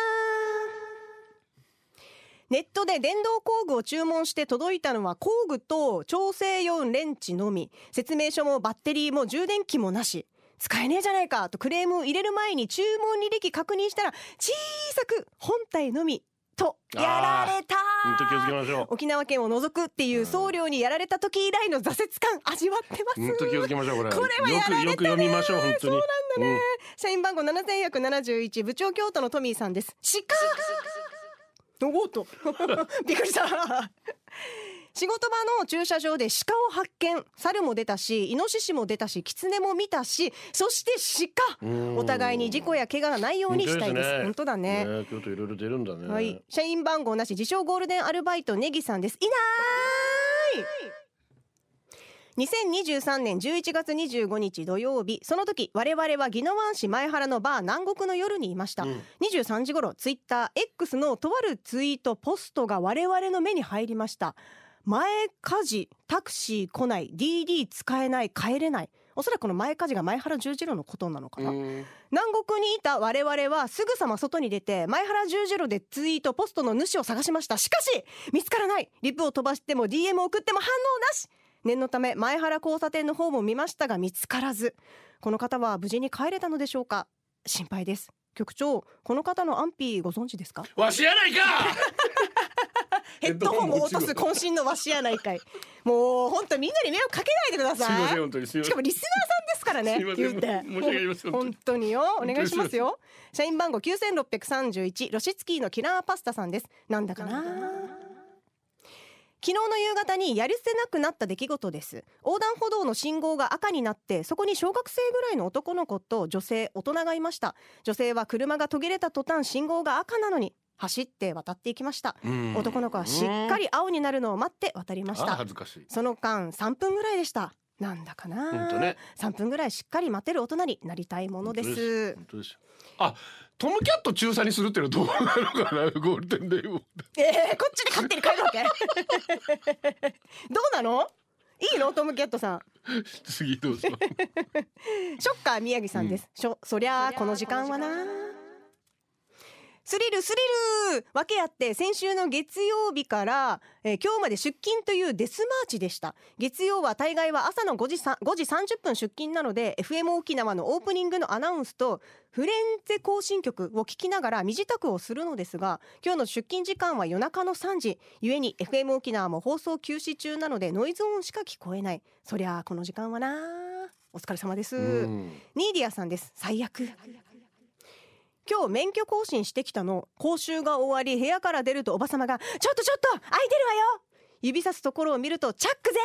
S2: ネットで電動工具を注文して届いたのは工具と調整用レンチのみ説明書もバッテリーも充電器もなし使えねえじゃないかとクレームを入れる前に注文履歴確認したら小さく本体のみとやられた
S1: 本当気をつけましょ
S2: 沖縄県を除くっていう送料にやられた時以来の挫折感味わってます
S1: う。本当気をつけましょうこれ。
S2: これはやられた
S1: よ
S2: ね
S1: くよく読みましょう本当に。
S2: そうなんだね
S1: ん
S2: 社員番号七千百七十一部長京都のトミーさんです。鹿。おおっと [LAUGHS] びっくりした。仕事場の駐車場で鹿を発見猿も出たしイノシシも出たしキツネも見たしそして鹿
S1: うん
S2: お互いに事故や怪我がないようにしたいです本当だね
S1: ね京都いろいろ出るんだね。
S2: はい、社員番号なし自称ゴールデンアルバイトネギさんですいなーい2023年11月25日土曜日その時我々は宜野湾市前原のバー南国の夜にいました、
S1: うん
S2: 23時頃ツイッター X のとあるツイートポストが我々の目に入りました前家事タクシー来ない DD 使えない帰れないおそらくこの前家事が前原十字路のことなのかな、南国にいた我々はすぐさま外に出て前原十字路でツイートポストの主を探しましたしかし見つからないリプを飛ばしても DM を送っても反応なし念のため前原交差点の方も見ましたが見つからずこの方は無事に帰れたのでしょうか心配です局長この方の安否ご存知ですか
S1: わしやないか
S2: ヘッドホンを落とす渾身のわしやないかいもう本当みんなに迷惑かけないでくだ
S1: すいま
S2: さ
S1: せん
S2: い
S1: 本当にすいま
S2: し
S1: せ
S2: か
S1: ん
S2: もリスナーさんですからね
S1: すいませ
S2: 言
S1: ん
S2: うて
S1: 申し訳ありません本当に
S2: 本当によお願いしますよ社員番号9631ロシツキーのキラーパスタさんですなんだかな昨日の夕方にやり捨てなくなった出来事です横断歩道の信号が赤になってそこに小学生ぐらいの男の子と女性大人がいました女性は車が途切れた途端信号が赤なのに走って渡っていきました
S1: うん
S2: 男の子はしっかり青になるのを待って渡りまし
S1: あ
S2: た
S1: 恥ずかしい
S2: その間3分ぐらいでしたなんだかな
S1: 本当ね
S2: 3分ぐらいしっかり待てる大人になりたいもので
S1: 本当
S2: す
S1: 本当ですよあトムキャット中佐にするってのはどうなのかなゴールデンデイを
S2: えー、こっちで勝手に帰るわけ [LAUGHS] どうなのいいのトムキャットさん
S1: 次どうぞ
S2: ショッカー宮城さんです、しょそりゃあこの時間はなスリルスリル分けあって先週の月曜日から、えー今日まで出勤というデスマーチでした月曜は大概は朝の5時 ,5 時30分出勤なので FM 沖縄のオープニングのアナウンスとフレンツェ行進曲を聴きながら身支度をするのですが今日の出勤時間は夜中の3時ゆえに FM 沖縄も放送休止中なのでノイズ音しか聞こえないそりゃあこの時間はなお疲れ様です、
S1: うん
S2: ニーディアさんです最悪今日免許更新してきたの講習が終わり部屋から出るとおばさまが「ちょっとちょっと空いてるわよ!」指さすところを見るとチャック全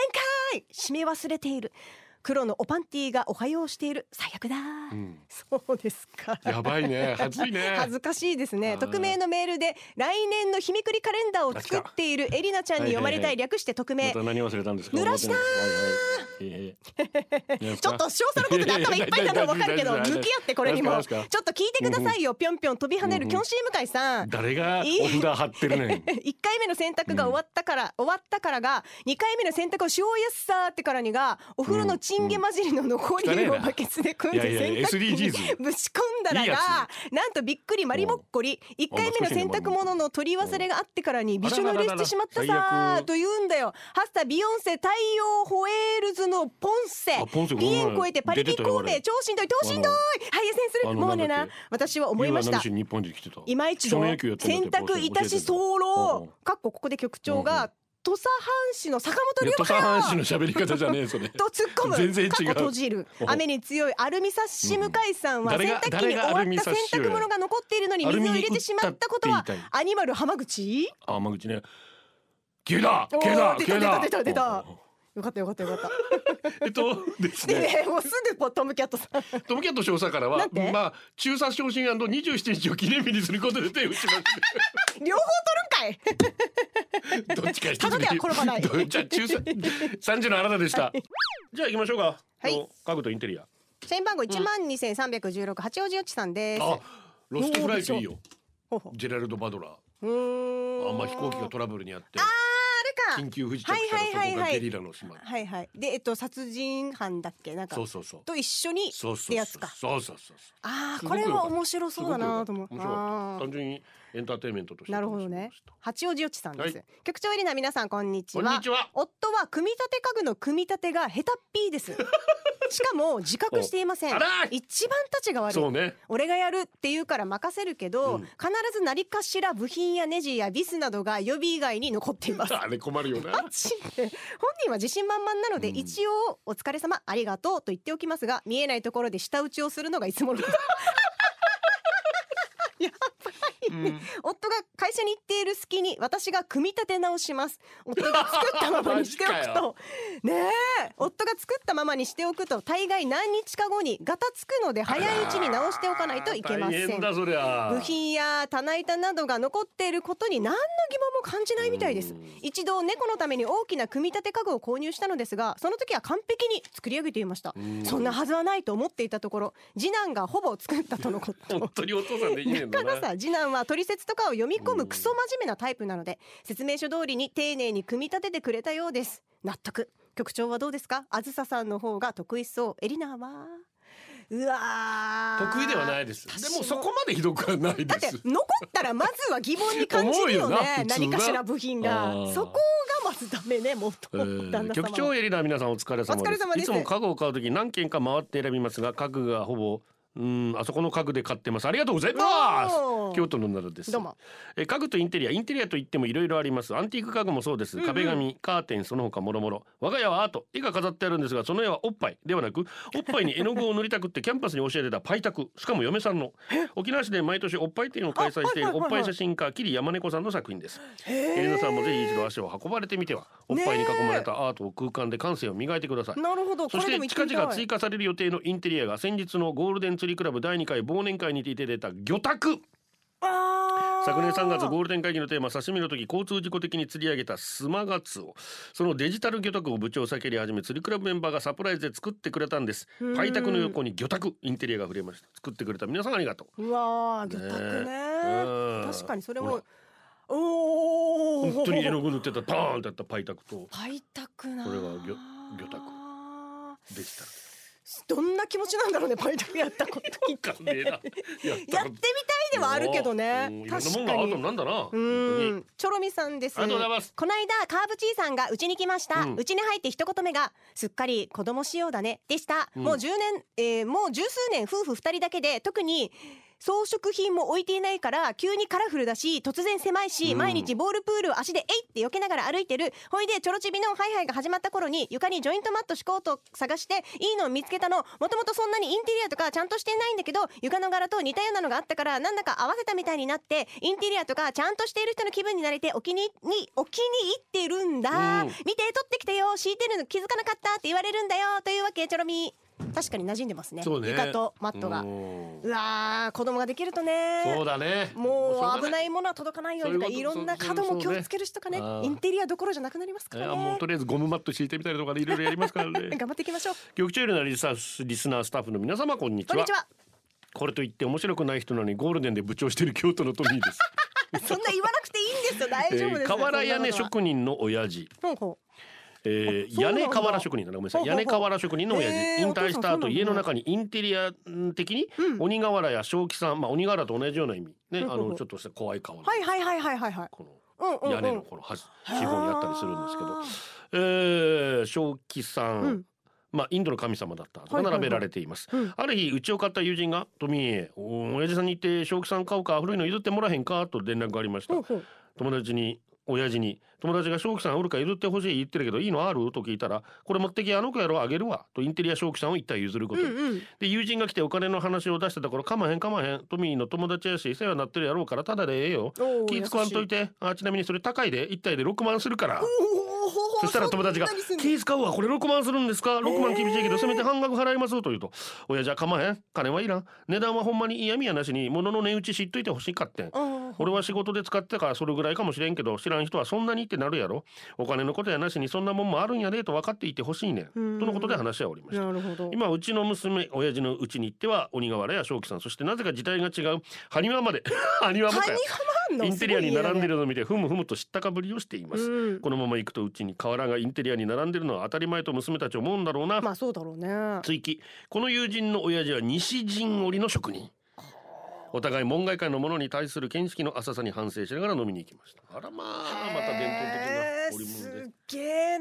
S2: 開締め忘れている黒のおパンティーがおはようしている最悪だ、
S1: うん
S2: そうですか
S1: やばいね恥ずいね
S2: [LAUGHS] 恥ずかしいです
S1: あ
S2: ね
S1: ー
S2: 匿名のメールで来年の日めくりカレンダーを作っているエリナちゃんに読まれた
S1: はい
S2: い略して匿名
S1: ま
S2: ちょ
S1: た何忘れたんですか
S2: 濡らしたー
S1: はいはいええ何ですか
S2: っと詳細のことで頭いっぱいなのは分かるけど
S1: いやいやいやいや
S2: 向き合ってこれにも
S1: 何
S2: ち
S1: ですか
S2: ょ
S1: 何
S2: っ
S1: です
S2: と聞いてくださいよぴょんぴょん飛び跳ねるキョンシー向井さん
S1: 誰がお札貼ってるねん
S2: [LAUGHS] 1回目の選択が終わったから、終わったからが2回目の選択をしようやっさーってからにがお風呂のチンゲ混じりの残り湯をバケツで組んで
S1: 汚えな
S2: 洗濯機
S1: いやいや
S2: に
S1: SDGs
S2: ぶち込んだら
S1: いいや
S2: がなんとびっくりマリモッコリ1回目の洗濯物の取り忘れがあってからにびしょ濡れしてしまった
S1: あらららら
S2: さ
S1: 最
S2: ー
S1: 悪
S2: と言うんだよハスタビヨンセ太陽ホエールズのポンセ
S1: あポンセこの
S2: ピエ
S1: 前
S2: ン超えてパリピ孔
S1: 出てたよあ
S2: 明
S1: れ
S2: 超しんどい超しんどいハイエセンす
S1: あ
S2: る
S1: の
S2: もうね
S1: な
S2: なん
S1: だっけ
S2: 私は思いました
S1: 日本に来てた
S2: 今一
S1: 少
S2: 度
S1: 年野球やってんだっ
S2: 選
S1: て
S2: 択いたし
S1: うんうん
S2: 候かっこここで局長
S1: うんう
S2: が土佐藩士の坂本龍
S1: 土
S2: 馬
S1: 佐藩士の
S2: か
S1: 喋り方じゃねえそれ
S2: と突っ込む
S1: 全然違う
S2: かっこ閉じる
S1: うん
S2: 雨に強いアルミサッシ向井さんは
S1: 誰が
S2: 洗濯機に終わ
S1: 誰
S2: っ
S1: が
S2: た洗濯物が残っているのに
S1: アル
S2: 水
S1: ミサッ
S2: を
S1: シよ
S2: 入れてしまったこと
S1: アルミに打ったって言
S2: は
S1: いた
S2: アニマル浜口
S1: あ山口ね消えた
S2: おー
S1: 消えた
S2: 出
S1: 消え
S2: た
S1: た
S2: 出た出た
S1: うん
S2: よかったよかったよかっ
S1: えっとです
S2: た
S1: [LAUGHS]
S2: [LAUGHS]
S1: ね
S2: でもうすぐポットムキャットさん
S1: トムキャット少佐からは
S2: なんて
S1: まあ中佐昇進27日を記念日にすることで手を打ちまし
S2: 両方取るんかい
S1: たどっちか一つ
S2: ただでは転ばない
S1: どじゃあ中佐三時のあなたでしたじゃあ行きましょうか
S2: はい
S1: この家具とインテリア
S2: 社員番号一万二千三百十六八王子よっちさんです
S1: あロストフライトいいよ
S2: ほうほ
S1: ジェラルド・バドラー
S2: ううー
S1: あん
S2: ん
S1: ま飛行機がトラブルにあって
S2: あれ
S1: 緊
S2: か
S1: 急不時着したら
S2: はいはいはいはい
S1: そこがゲリラの島
S2: はいはいでえっと殺人犯だっけなんか
S1: そうそうそう
S2: と一緒に
S1: そうそう
S2: ってやつか
S1: そうそうそうそう
S2: あ
S1: す
S2: あ
S1: ごく
S2: これ
S1: よか
S2: は
S1: った
S2: 面白そうだなと思う
S1: 面白かった
S2: あ
S1: 単純にエンターテインメントとし
S2: ー
S1: て
S2: なるほどね八王子よちさんです、
S1: はい
S2: 局長エリナ皆さんこんにち
S1: こ
S2: は
S1: んにちは
S2: 夫は組み立て家具の組み立てが下手っぴーです
S1: [LAUGHS]
S2: しかも自覚していません
S1: あらー
S2: 一番たちが悪い
S1: そうね
S2: 俺がやるって言うから任せるけど、
S1: うん
S2: 必ず何かしら部品やネジやビスなどが予備以外に残っています
S1: あれ困るよね
S2: マジで本人は自信満々なので、
S1: うん
S2: 一応お疲れ様ありがとうと言っておきますが見えないところで舌打ちをするのがいつものこと [LAUGHS] やばい
S3: うん
S2: 夫が会社に行っている隙に私が組み立て直します夫が作ったままにしてお
S3: マジ
S2: く
S3: か
S2: とねえ夫が作ったままにしておくと大概何日か後にガタつくので早いうちに直しておかないといけませ
S1: 大変
S2: ん
S1: だそりゃ
S2: 部品や棚板などが残っていることに何の疑問も感じないみたいです一度猫のために大きな組み立て家具を購入したのですがその時は完璧に作り上げていましたそんなはずはないと思っていたところ次男がほぼ作ったとのこと
S1: 本当にお父さんでいいねんだ
S2: だ
S1: な
S2: からさ次男は取説とかを読み込むクソ真面目なタイプなので説明書通りに丁寧に組み立ててくれたようです納得局長はどうですかあずささんの方が得意そうエリナはうわー
S1: 得意ではないです
S2: 私
S1: でもそこまでひどくはない
S2: だっ
S1: で
S2: て
S1: す
S2: 残ったらまずは疑問に感じるよ
S1: 思うよ
S2: ね
S1: な普通な
S2: 何かしら部品が
S1: あー
S2: そこがまずダメねもうと
S1: えー
S2: 旦那様は
S1: 局長エリナ皆さんお疲れ様です
S2: お疲れ様です
S1: いつも家具を買うとき何軒か回って選びますが家具がほぼうんあそこの家具で買ってますありがとうございます
S2: おー
S1: 京都の奈良です
S2: どうも
S1: えー家具とインテリアインテリアといってもいろいろありますアンティーク家具もそうです壁紙カーテンその他もろもろ我が家はアート絵が飾ってあるんですがその絵はおっぱいではなくおっぱいに絵の具を塗りたくってキャンパスに教えてた [LAUGHS] パイタクしかも嫁さんの沖縄市で毎年おっぱい展を開催してい
S2: あ
S1: る
S2: はい
S1: お
S2: は
S1: っぱ
S2: いはいはい
S1: い写真家桐山猫さんの作品ですエ
S2: エ
S1: リナさんもぜひ一度足を運ばれてみてはおっぱいに囲まれたアートを空間で感性を磨いてください
S2: なるほどこ
S1: そし
S2: れでも
S1: て
S2: 行って
S1: 近
S2: みた
S1: 々
S2: い
S1: 追加される予定のインテリアが先日のゴールデン釣りクラブ第2回忘年会にて出た魚拓
S2: あー
S1: 昨年3月ゴールデン会議のテーマ刺身の時交通事故的に釣り上げたスマガツオそのデジタル魚拓を部長さけり始め釣りクラブメンバーがサプライズで作ってくれたんです
S2: ん
S1: パイタクの横に魚拓インテリアが触れました作ってくれた皆さんありがと
S2: うわー魚拓ね
S1: ねうん
S2: 確かにそれ
S1: ほ
S2: も
S1: ら
S2: お
S1: う
S2: お
S1: 本当に絵の具塗ってたパーンってやったパイタクと
S2: パイタクな
S1: これが魚魚拓デジタル
S2: どんな気持ちなんだろうねパイタクやったこと聞いて
S1: わかんねえな [LAUGHS] やっ
S2: [LAUGHS] やってみたいではあるけどね
S1: いろんなも
S2: 確
S1: んが
S2: か
S1: ある
S2: に
S1: となんだな本
S2: う
S1: 当に
S2: ん、チョロミさんです。
S1: ありがとうございます
S2: この間、カーブチーさんがうちに来ました。
S1: うん
S2: うち、に入って一言目が、すっかり子供仕様だね、でした。
S1: うん
S2: もう10年、えーもう十数年夫婦二人だけで、特に、装飾品も置いていないから、急にカラフルだし、突然狭いし、
S1: うん
S2: 毎日ボールプールを足で、えいって避けながら歩いてる。ほいで、チョロチビのハイハイが始まった頃に、床にジョイントマット敷こうと探して、いいのを見つけたの。もともとそんなにインテリアとかちゃんとしてないんだけど、床の柄と似たようなのがあったから、なんだか合わせたみたいになって、インテリアとかちゃんとしている人の気分になれて、お気に、に、お気に入ってるんだ。
S1: うん
S2: 見て、取ってきたよ。敷いてるの気づかなかったって言われるんだよ。というわけ、チョロミー。確かに馴染んでますね。
S1: そうね
S2: 床とマットが。
S1: うん
S2: うわー、子供ができるとね。
S1: そうだね
S2: もう危
S1: い
S2: ないものは届かないようにとか
S1: そう
S2: い
S1: いうこ
S2: ろ
S1: と
S2: んな角も気をつけるしとかね
S1: そうそうそうねあー
S2: インテリアどころじゃなくなりますか
S1: い
S2: ら
S1: やもう
S2: ね
S1: とりあえずゴムマット敷いてみたりとかでいろいろやりますから
S2: [LAUGHS]
S1: ね
S2: 頑張っていきましょう
S1: 局長よりなリサリスナースタッフの皆様こんにち
S2: こ
S1: は
S2: んにちは
S1: これといって面白くない人なのにゴールデンで部長している京都のトミーです
S2: そんな言わなくていいんですよ [LAUGHS] 大丈夫です
S1: えー瓦屋根
S2: そんなこと
S1: 職
S2: は
S1: 人の親父、
S2: ほうほ
S1: え
S2: あ
S1: ー、
S2: そうな
S1: 屋
S2: んだ
S1: 根瓦職人だなごめんなさ
S2: ほ
S1: いう
S2: ほう
S1: 屋
S2: ほう
S1: 根瓦職人の親
S2: へ
S1: 父
S2: ー
S1: 引退した
S2: お父さんそうなんだ
S1: 後家の中にインテリア的に
S2: うん
S1: 鬼瓦や正気さんまあ鬼瓦と同じような意味ねあ
S2: ほうほうほ
S1: の
S2: う
S1: ちょっとした怖い顔の
S2: うはいはいはいはいはいはい
S1: この
S2: うんうんうん
S1: 屋根のこの端四方にあったりするんですけど
S2: あー
S1: えー、正気さん、
S2: うん
S1: まあインドの神様だったとか
S2: はいはいはい
S1: 並べられています、
S2: うん
S1: ある日うちを買った友人が「トミーお親父さんに言って正気さん買うか古いの譲ってもらえへんか?」と連絡がありました
S2: ほうほう
S1: 友達に親父に友達が正気さんおるから譲ってほしい言ってるけどいいのあると聞いたら「これ持ってきあの子やろあげるわ」とインテリア正気さんを一体譲ること
S2: う
S1: に、
S2: んうん
S1: で友人が来てお金の話を出してた頃「かまへんかまへんトミーの友達やし世話になってるやろうからただでええよ
S2: おー
S1: 気ぃ使わんとい
S2: 優して
S1: あちなみにそれ高いで一体で6万するから」
S2: いおーほうほう
S1: そしたら友達が
S2: そんなにす
S1: 「
S2: んの
S1: 気使うわこれ6万するんですか6万厳しいけどせめて半額払います」と言うと「親父は構えん金はいらん値段はほんまに嫌味やなしに物の値打ち知っといてほしいかってん」
S2: うん
S1: 俺は仕事で使ってたからそれぐらいかもしれんけど知らん人はそんなにってなるやろお金のことやなしにそんなもんもあるんやでと分かっていてほしいねんと
S2: うん
S1: のことで話はおりました
S2: なるほど
S1: 今うちの娘親父のうちに行っては鬼瓦や正気さんそしてなぜか時代が違う埴輪まで [LAUGHS] 埴輪もかよ
S2: 埴輪もあんの
S1: インテリアに並んで
S2: る
S1: るのを見てふむふむと知ったかぶりをしています、
S2: うん
S1: このまま行くとうちに瓦がインテリアに並んでるのは当たり前と娘たち思うんだろうな、
S2: まあそうだろうね
S1: 追記この友人の親父は西陣織の職人お互い門外漢のものに対する見識の浅さに反省しながら飲みに行きましたあらまあまた伝
S2: へー
S1: 統的な織物です
S2: っげえ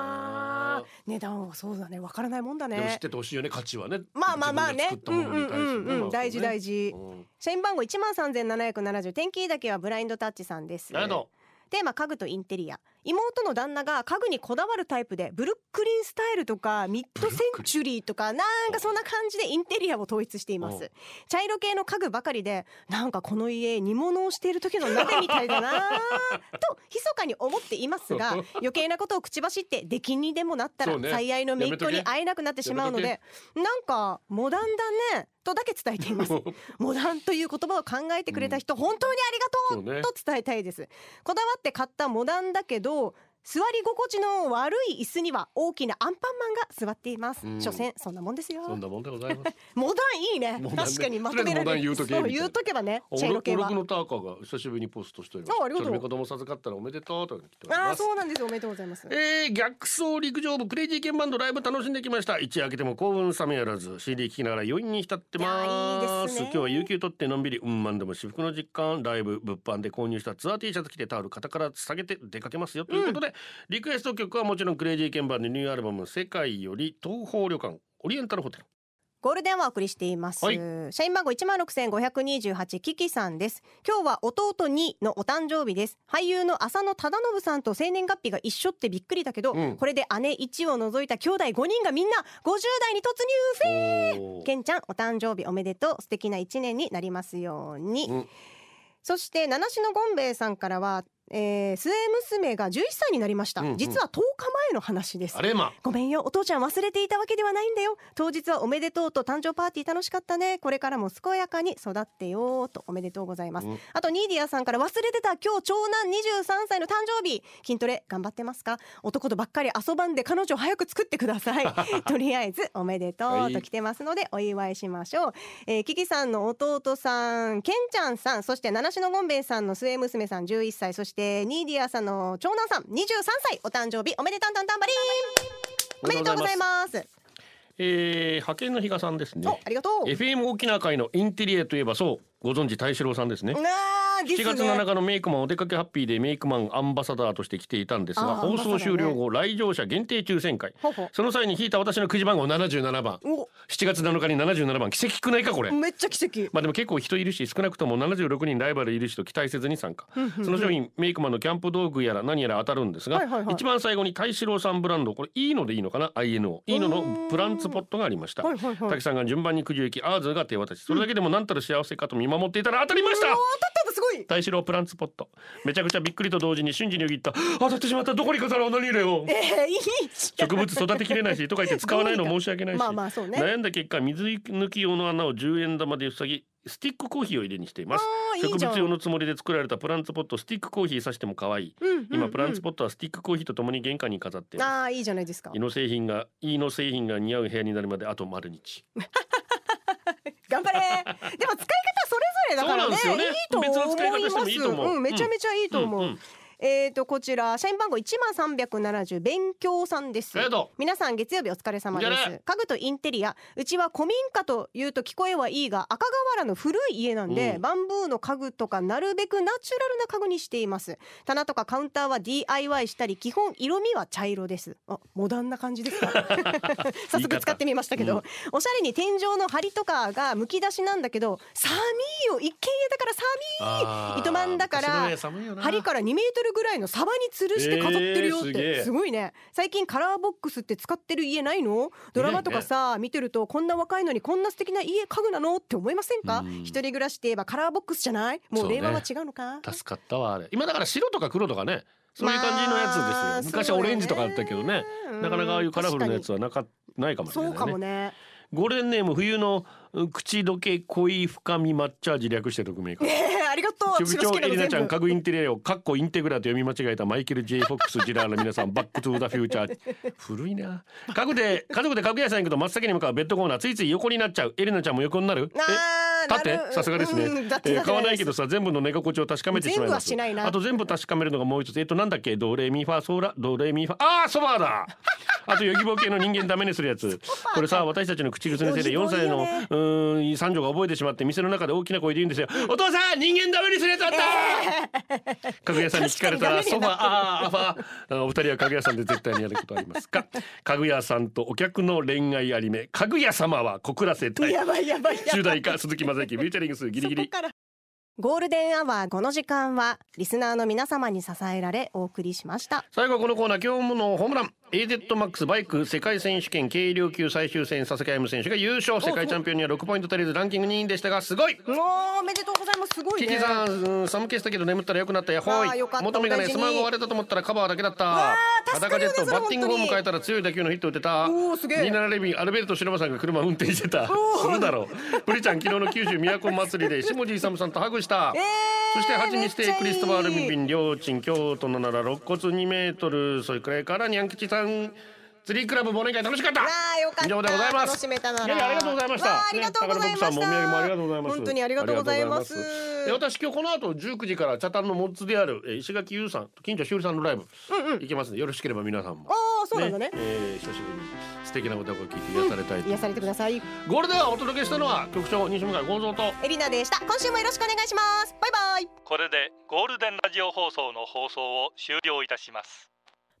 S2: なー値段はそうだねわからないもんだ
S1: でも知っ
S2: ね
S1: ててほしいよね価値はね
S2: まあまあまあね
S1: 自分で作ったものに対してね
S2: うんうんうんうん
S1: まあ
S2: 大事大事
S1: うん
S2: 社員番号一万三千七百七十天気だけはブラインドタッチさんです
S1: なるほど
S2: テーマ家具とインテリア妹の旦那が家具にこだわるタイプでブルックリンスタイルとかミッドセンチュリーとかなんかそんな感じでインテリアを統一していま
S1: おう
S2: す茶色系の家具ばかりでなんかこの家煮物をしている時の鍋みたい
S1: [LAUGHS]
S2: だなぁと密かに思っていますが余計なことを口走って出禁にでもなった
S1: そ
S2: ら
S1: うね
S2: 最愛の姪っ子
S1: やめと
S2: に
S1: け
S2: 会えなくなってしまうの
S1: や
S2: でなんかモダンだねとだけ伝えていますモダンという言葉を考えてくれた人本当にありがとう
S1: そうね
S2: と伝えたいですこだわって買ったモダンだけど座り心地の悪い椅子には大きなアンパンマンが座っています、
S1: うん
S2: 所詮そんなもんですよ
S1: [LAUGHS] そんなもんでございます。
S2: モダンいいね
S1: モダンね
S2: 確かにまとめら
S1: と
S2: れ
S1: りあえ
S2: る
S1: ずモダン言うとけみた
S2: そう
S1: いな
S2: 言うとけばね
S1: お
S2: [LAUGHS] 茶色系
S1: ろ
S2: は
S1: おろくのターカーが久しぶりにポストしております。
S2: あありがとう
S1: ちょっ子供授かったらおめでとうと来ており
S2: ああ
S1: ます
S2: そ。うなんですよおめでとうございます
S1: えー、逆走陸上部クレイジーケンバンドライブ楽しんできました一夜明けても興奮冷めやらず CD 聴きながら余韻に浸って
S2: いや
S1: ま
S2: ーいい
S1: す
S2: ですね
S1: 今日は有給取ってのんびりうんまんでも至福の実感ライブ物販で購入したツアー T シャツ着てタオル肩から下げて出かけますよということで、リクエスト曲はもちろんクレイジーケンバンドのニューアルバム「世界より東方旅館オリエンタルホテル
S2: ゴールデンはお送りしています。
S1: はい
S2: 社員番号一万六千五百二十八キキさんです。今日は弟にのお誕生日です。俳優の浅野忠信さんと生年月日が一緒ってびっくりだけど、
S1: うん
S2: これで姉一を除いた兄弟五人がみんな五十代に突入」フェ
S1: おー
S2: けんちゃんお誕生日おめでとう素敵な一年になりますように、
S1: うん
S2: そして七種のゴンベイさんからは、えー末娘が11歳になりました、
S1: うんうん
S2: 実は10日前の話です
S1: あれま
S2: ごめんよお父ちゃん忘れていたわけではないんだよ当日はおめでとうと誕生パーティー楽しかったねこれからも健やかに育ってよーとおめでとうございます、
S1: うん
S2: あとニーディアさんから忘れてた今日長男23歳の誕生日筋トレ頑張ってますか男とばっかり遊ばんで彼女を早く作ってください
S1: [LAUGHS]
S2: とりあえずおめでと
S1: は
S2: う
S1: い
S2: と来てますのでお祝いしましょう、えー、キキさんの弟さんけんちゃんさんそして七種のゴンベイさんの末娘さん11歳そしてニーディアさんの長男さん23歳お誕生日おめでたんたんたんばりーんおめでとうございます。
S1: えー、派遣の比嘉さんですね
S2: お、ありがとう。
S1: FM 沖縄会のインテリアといえばそうご存知大志郎さんですね
S2: なあ、で
S1: 7
S2: す
S1: 月
S2: ね
S1: 7日のメイクマンお出かけハッピーでメイクマンアンバサダーとして来ていたんですが
S2: あ
S1: 放
S2: ー
S1: 送終了後、来場者限定抽選会
S2: ほうほう
S1: その際に引いた私のくじ番号77番
S2: お、
S1: 7月7日に77番奇跡くないかこれ
S2: めっちゃ奇跡。
S1: まあでも結構人いるし少なくとも76人ライバルいるしと期待せずに参加その商品メイクマンのキャンプ道具やら何やら当たるんですが、
S2: はいはいはい
S1: 一番最後に大志郎さんブランドこれいいのでいいのかな INO いいののプランツポットがありました、
S2: はいはいはい
S1: 滝さんが順番にくじを引きアーズが手渡しそれだけでも何たる幸せかと見守っていたら当たりました、
S2: お、当たったんだすごい。
S1: 大志郎プランツポットめちゃくちゃびっくりと同時に瞬時によぎった当たってしまったどこに飾ろう何入れよう
S2: えー、いい。
S1: 植物育てきれないしとか言って使わないの申し訳ないし
S2: まあまあそうね
S1: 悩んだ結果水抜き用の穴を10円玉で塞ぎスティックコーヒーを入れにしています
S2: あーいい
S1: 植
S2: じゃん
S1: 物用のつもりで作られたプランツポットスティックコーヒーさしても可愛い、
S2: うんうん
S1: 今プランツポットはスティックコーヒーとともに玄関に飾っています
S2: ああ、いいじゃないですか
S1: 胃。の製品が胃の製品が似合う部屋になるまであと丸日 [LAUGHS]
S2: 頑張れ。でも使い方それぞれだか
S1: そうな
S2: らね。
S1: んですよね
S2: いいと思
S1: 別の使い方
S2: い
S1: して
S2: ま
S1: も
S2: す。
S1: いいと思う
S2: うん、めちゃめちゃいいと思う。
S1: うんうん
S2: えっ、とこちら社員番号一万三百七十勉強さんです
S1: ありがと。
S2: 皆さん月曜日お疲れ様で
S1: じゃあ
S2: す
S1: ね。
S2: 家具とインテリア、うちは古民家というと聞こえはいいが赤瓦の古い家なんで、
S1: うん
S2: バンブーの家具とかなるべくナチュラルな家具にしています。棚とかカウンターは DIY したり、基本色味は茶色です。あ、モダンな感じ
S1: [LAUGHS]
S2: ですか。早速使ってみましたけど、
S1: うん
S2: おしゃれに天井の梁とかがむき出しなんだけど、寒いよ一軒家だから寒い。
S1: あー
S2: 糸満だか
S1: 昔
S2: ら
S1: の家寒いよな
S2: 針から2メートルぐらいのサバに吊るして飾ってるよって、
S1: えーすげえ
S2: すごいね最近カラーボックスって使ってる家ないのドラマとかさ、見てるとこんな若いのにこんな素敵な家家具なのって思いませんか
S1: うん
S2: 一人暮らしって言えばカラーボックスじゃないも
S1: そううね
S2: 令和は違うのか
S1: 助かったわあれ今だから白とか黒とかねそういう感じのやつですよ、
S2: まあ
S1: 昔
S2: そう
S1: はオ
S2: だよね
S1: レンジとかあったけどね
S2: うん
S1: なかなかああいうカラフルなやつはなかないかもしれない
S2: そ
S1: うね
S2: かもね
S1: ゴールデンネーム冬のうん口どけ濃い深み抹茶味略して匿名から
S2: えー、ありがとう
S1: 局
S2: 千葉
S1: 長
S2: 好きな
S1: エ
S2: の
S1: リナちゃん
S2: 全部
S1: 家具インテリアをカッコインテグラと読み間違えたマイケル J フォックスジラーの皆
S2: [LAUGHS]
S1: さんバックトゥーザフューチャー古いな家具で家族で家具屋さん行くと真っ先に向かうベッドコーナーついつい横になっちゃうエリナちゃんも横になるえ
S2: あーな
S1: 立
S2: る
S1: ってさすがですね、
S2: うんだって
S1: え
S2: だ
S1: ー
S2: って
S1: 買わないけどさ全部の寝心地を確かめてしまいます
S2: 全部はしないな
S1: あと全部確かめるのがもう一つえっとなんだっけドレミファソーラドレミファあーソファーだ [LAUGHS] あとヨギボー系の人間ダメにするやつこれさ私たちの口癖のせいで
S2: ヨ
S1: 4
S2: ギ
S1: 歳
S2: ボーいいよ
S1: の
S2: ね
S1: うーん三女が覚えてしまって店の中で大きな声で言うんですよ「お父さん人間ダメにするやつあった
S2: [LAUGHS]
S1: 家具屋さんに聞かれたら
S2: 確
S1: ソ
S2: かに
S1: ファーあーアファーあのお二人は家具屋さんで絶対にやることありますか家具屋さんとお客の恋愛アニメ「家具屋様は告らせたい」 [LAUGHS]
S2: やばいやばいやばい
S1: 10代以下鈴木雅之フィーチャリングスギリギ
S2: そ
S1: リ
S2: こからゴールデンアワーこの時間はリスナーの皆様に支えられお送りしました
S1: 最後はこのコーナー今日のホームラン AZMAX バイク世界選手権軽量級最終戦佐々木歩夢選手が優勝世界チャンピオンには6ポイント足りずランキング2位でしたがすごい
S2: おーおめでとうございますすご
S1: キ
S2: い
S1: キ
S2: ね
S1: さん、うん寒気したけど眠ったらよくなったや
S2: あ
S1: ほ
S2: ー
S1: い
S2: よかった
S1: 元眼鏡
S2: 大
S1: ス
S2: 事に
S1: マホ割れたと思ったらカバーだけだった
S2: わー助か
S1: 裸
S2: る
S1: ジェ
S2: よね
S1: ット
S2: それ
S1: バッティングフォーム変えたら強い打球のヒット打てた
S2: おーすげえ
S1: 27レビンアルベルト白間さんが車運転してたするだろうプリちゃん昨日の九州都祭りで下地勇さんとハグした、
S2: えー
S1: そして8にしてクリストファー・ルビ
S2: ン
S1: ン両親京都の奈良肋骨2メートルそれくらいからにゃん吉さん釣りクラブ忘年会楽しかった
S2: わあよかった
S1: 以上でございます
S2: 楽しめたない
S1: やいやありがとうございました
S2: わあありがとうございました
S1: ね宝子さんもお土産もありがとうございます
S2: 本当にありがとうございます
S1: ありがとうございますで私今日この後19時からチャタンのモッツであるえー石垣優さんと金城しおりさんのライブ行けますんでよろしければ皆さんも
S2: ああそうなんだね
S1: えー久しぶりに素敵な歌声を聞いて癒されたいと
S2: 癒されてください
S1: ゴールデンはお届けしたのは局長西向井剛三と
S2: エリナでした今週もよろしくお願いしますバイバイ
S4: これでゴールデンラジオ放送の放送を終了いたします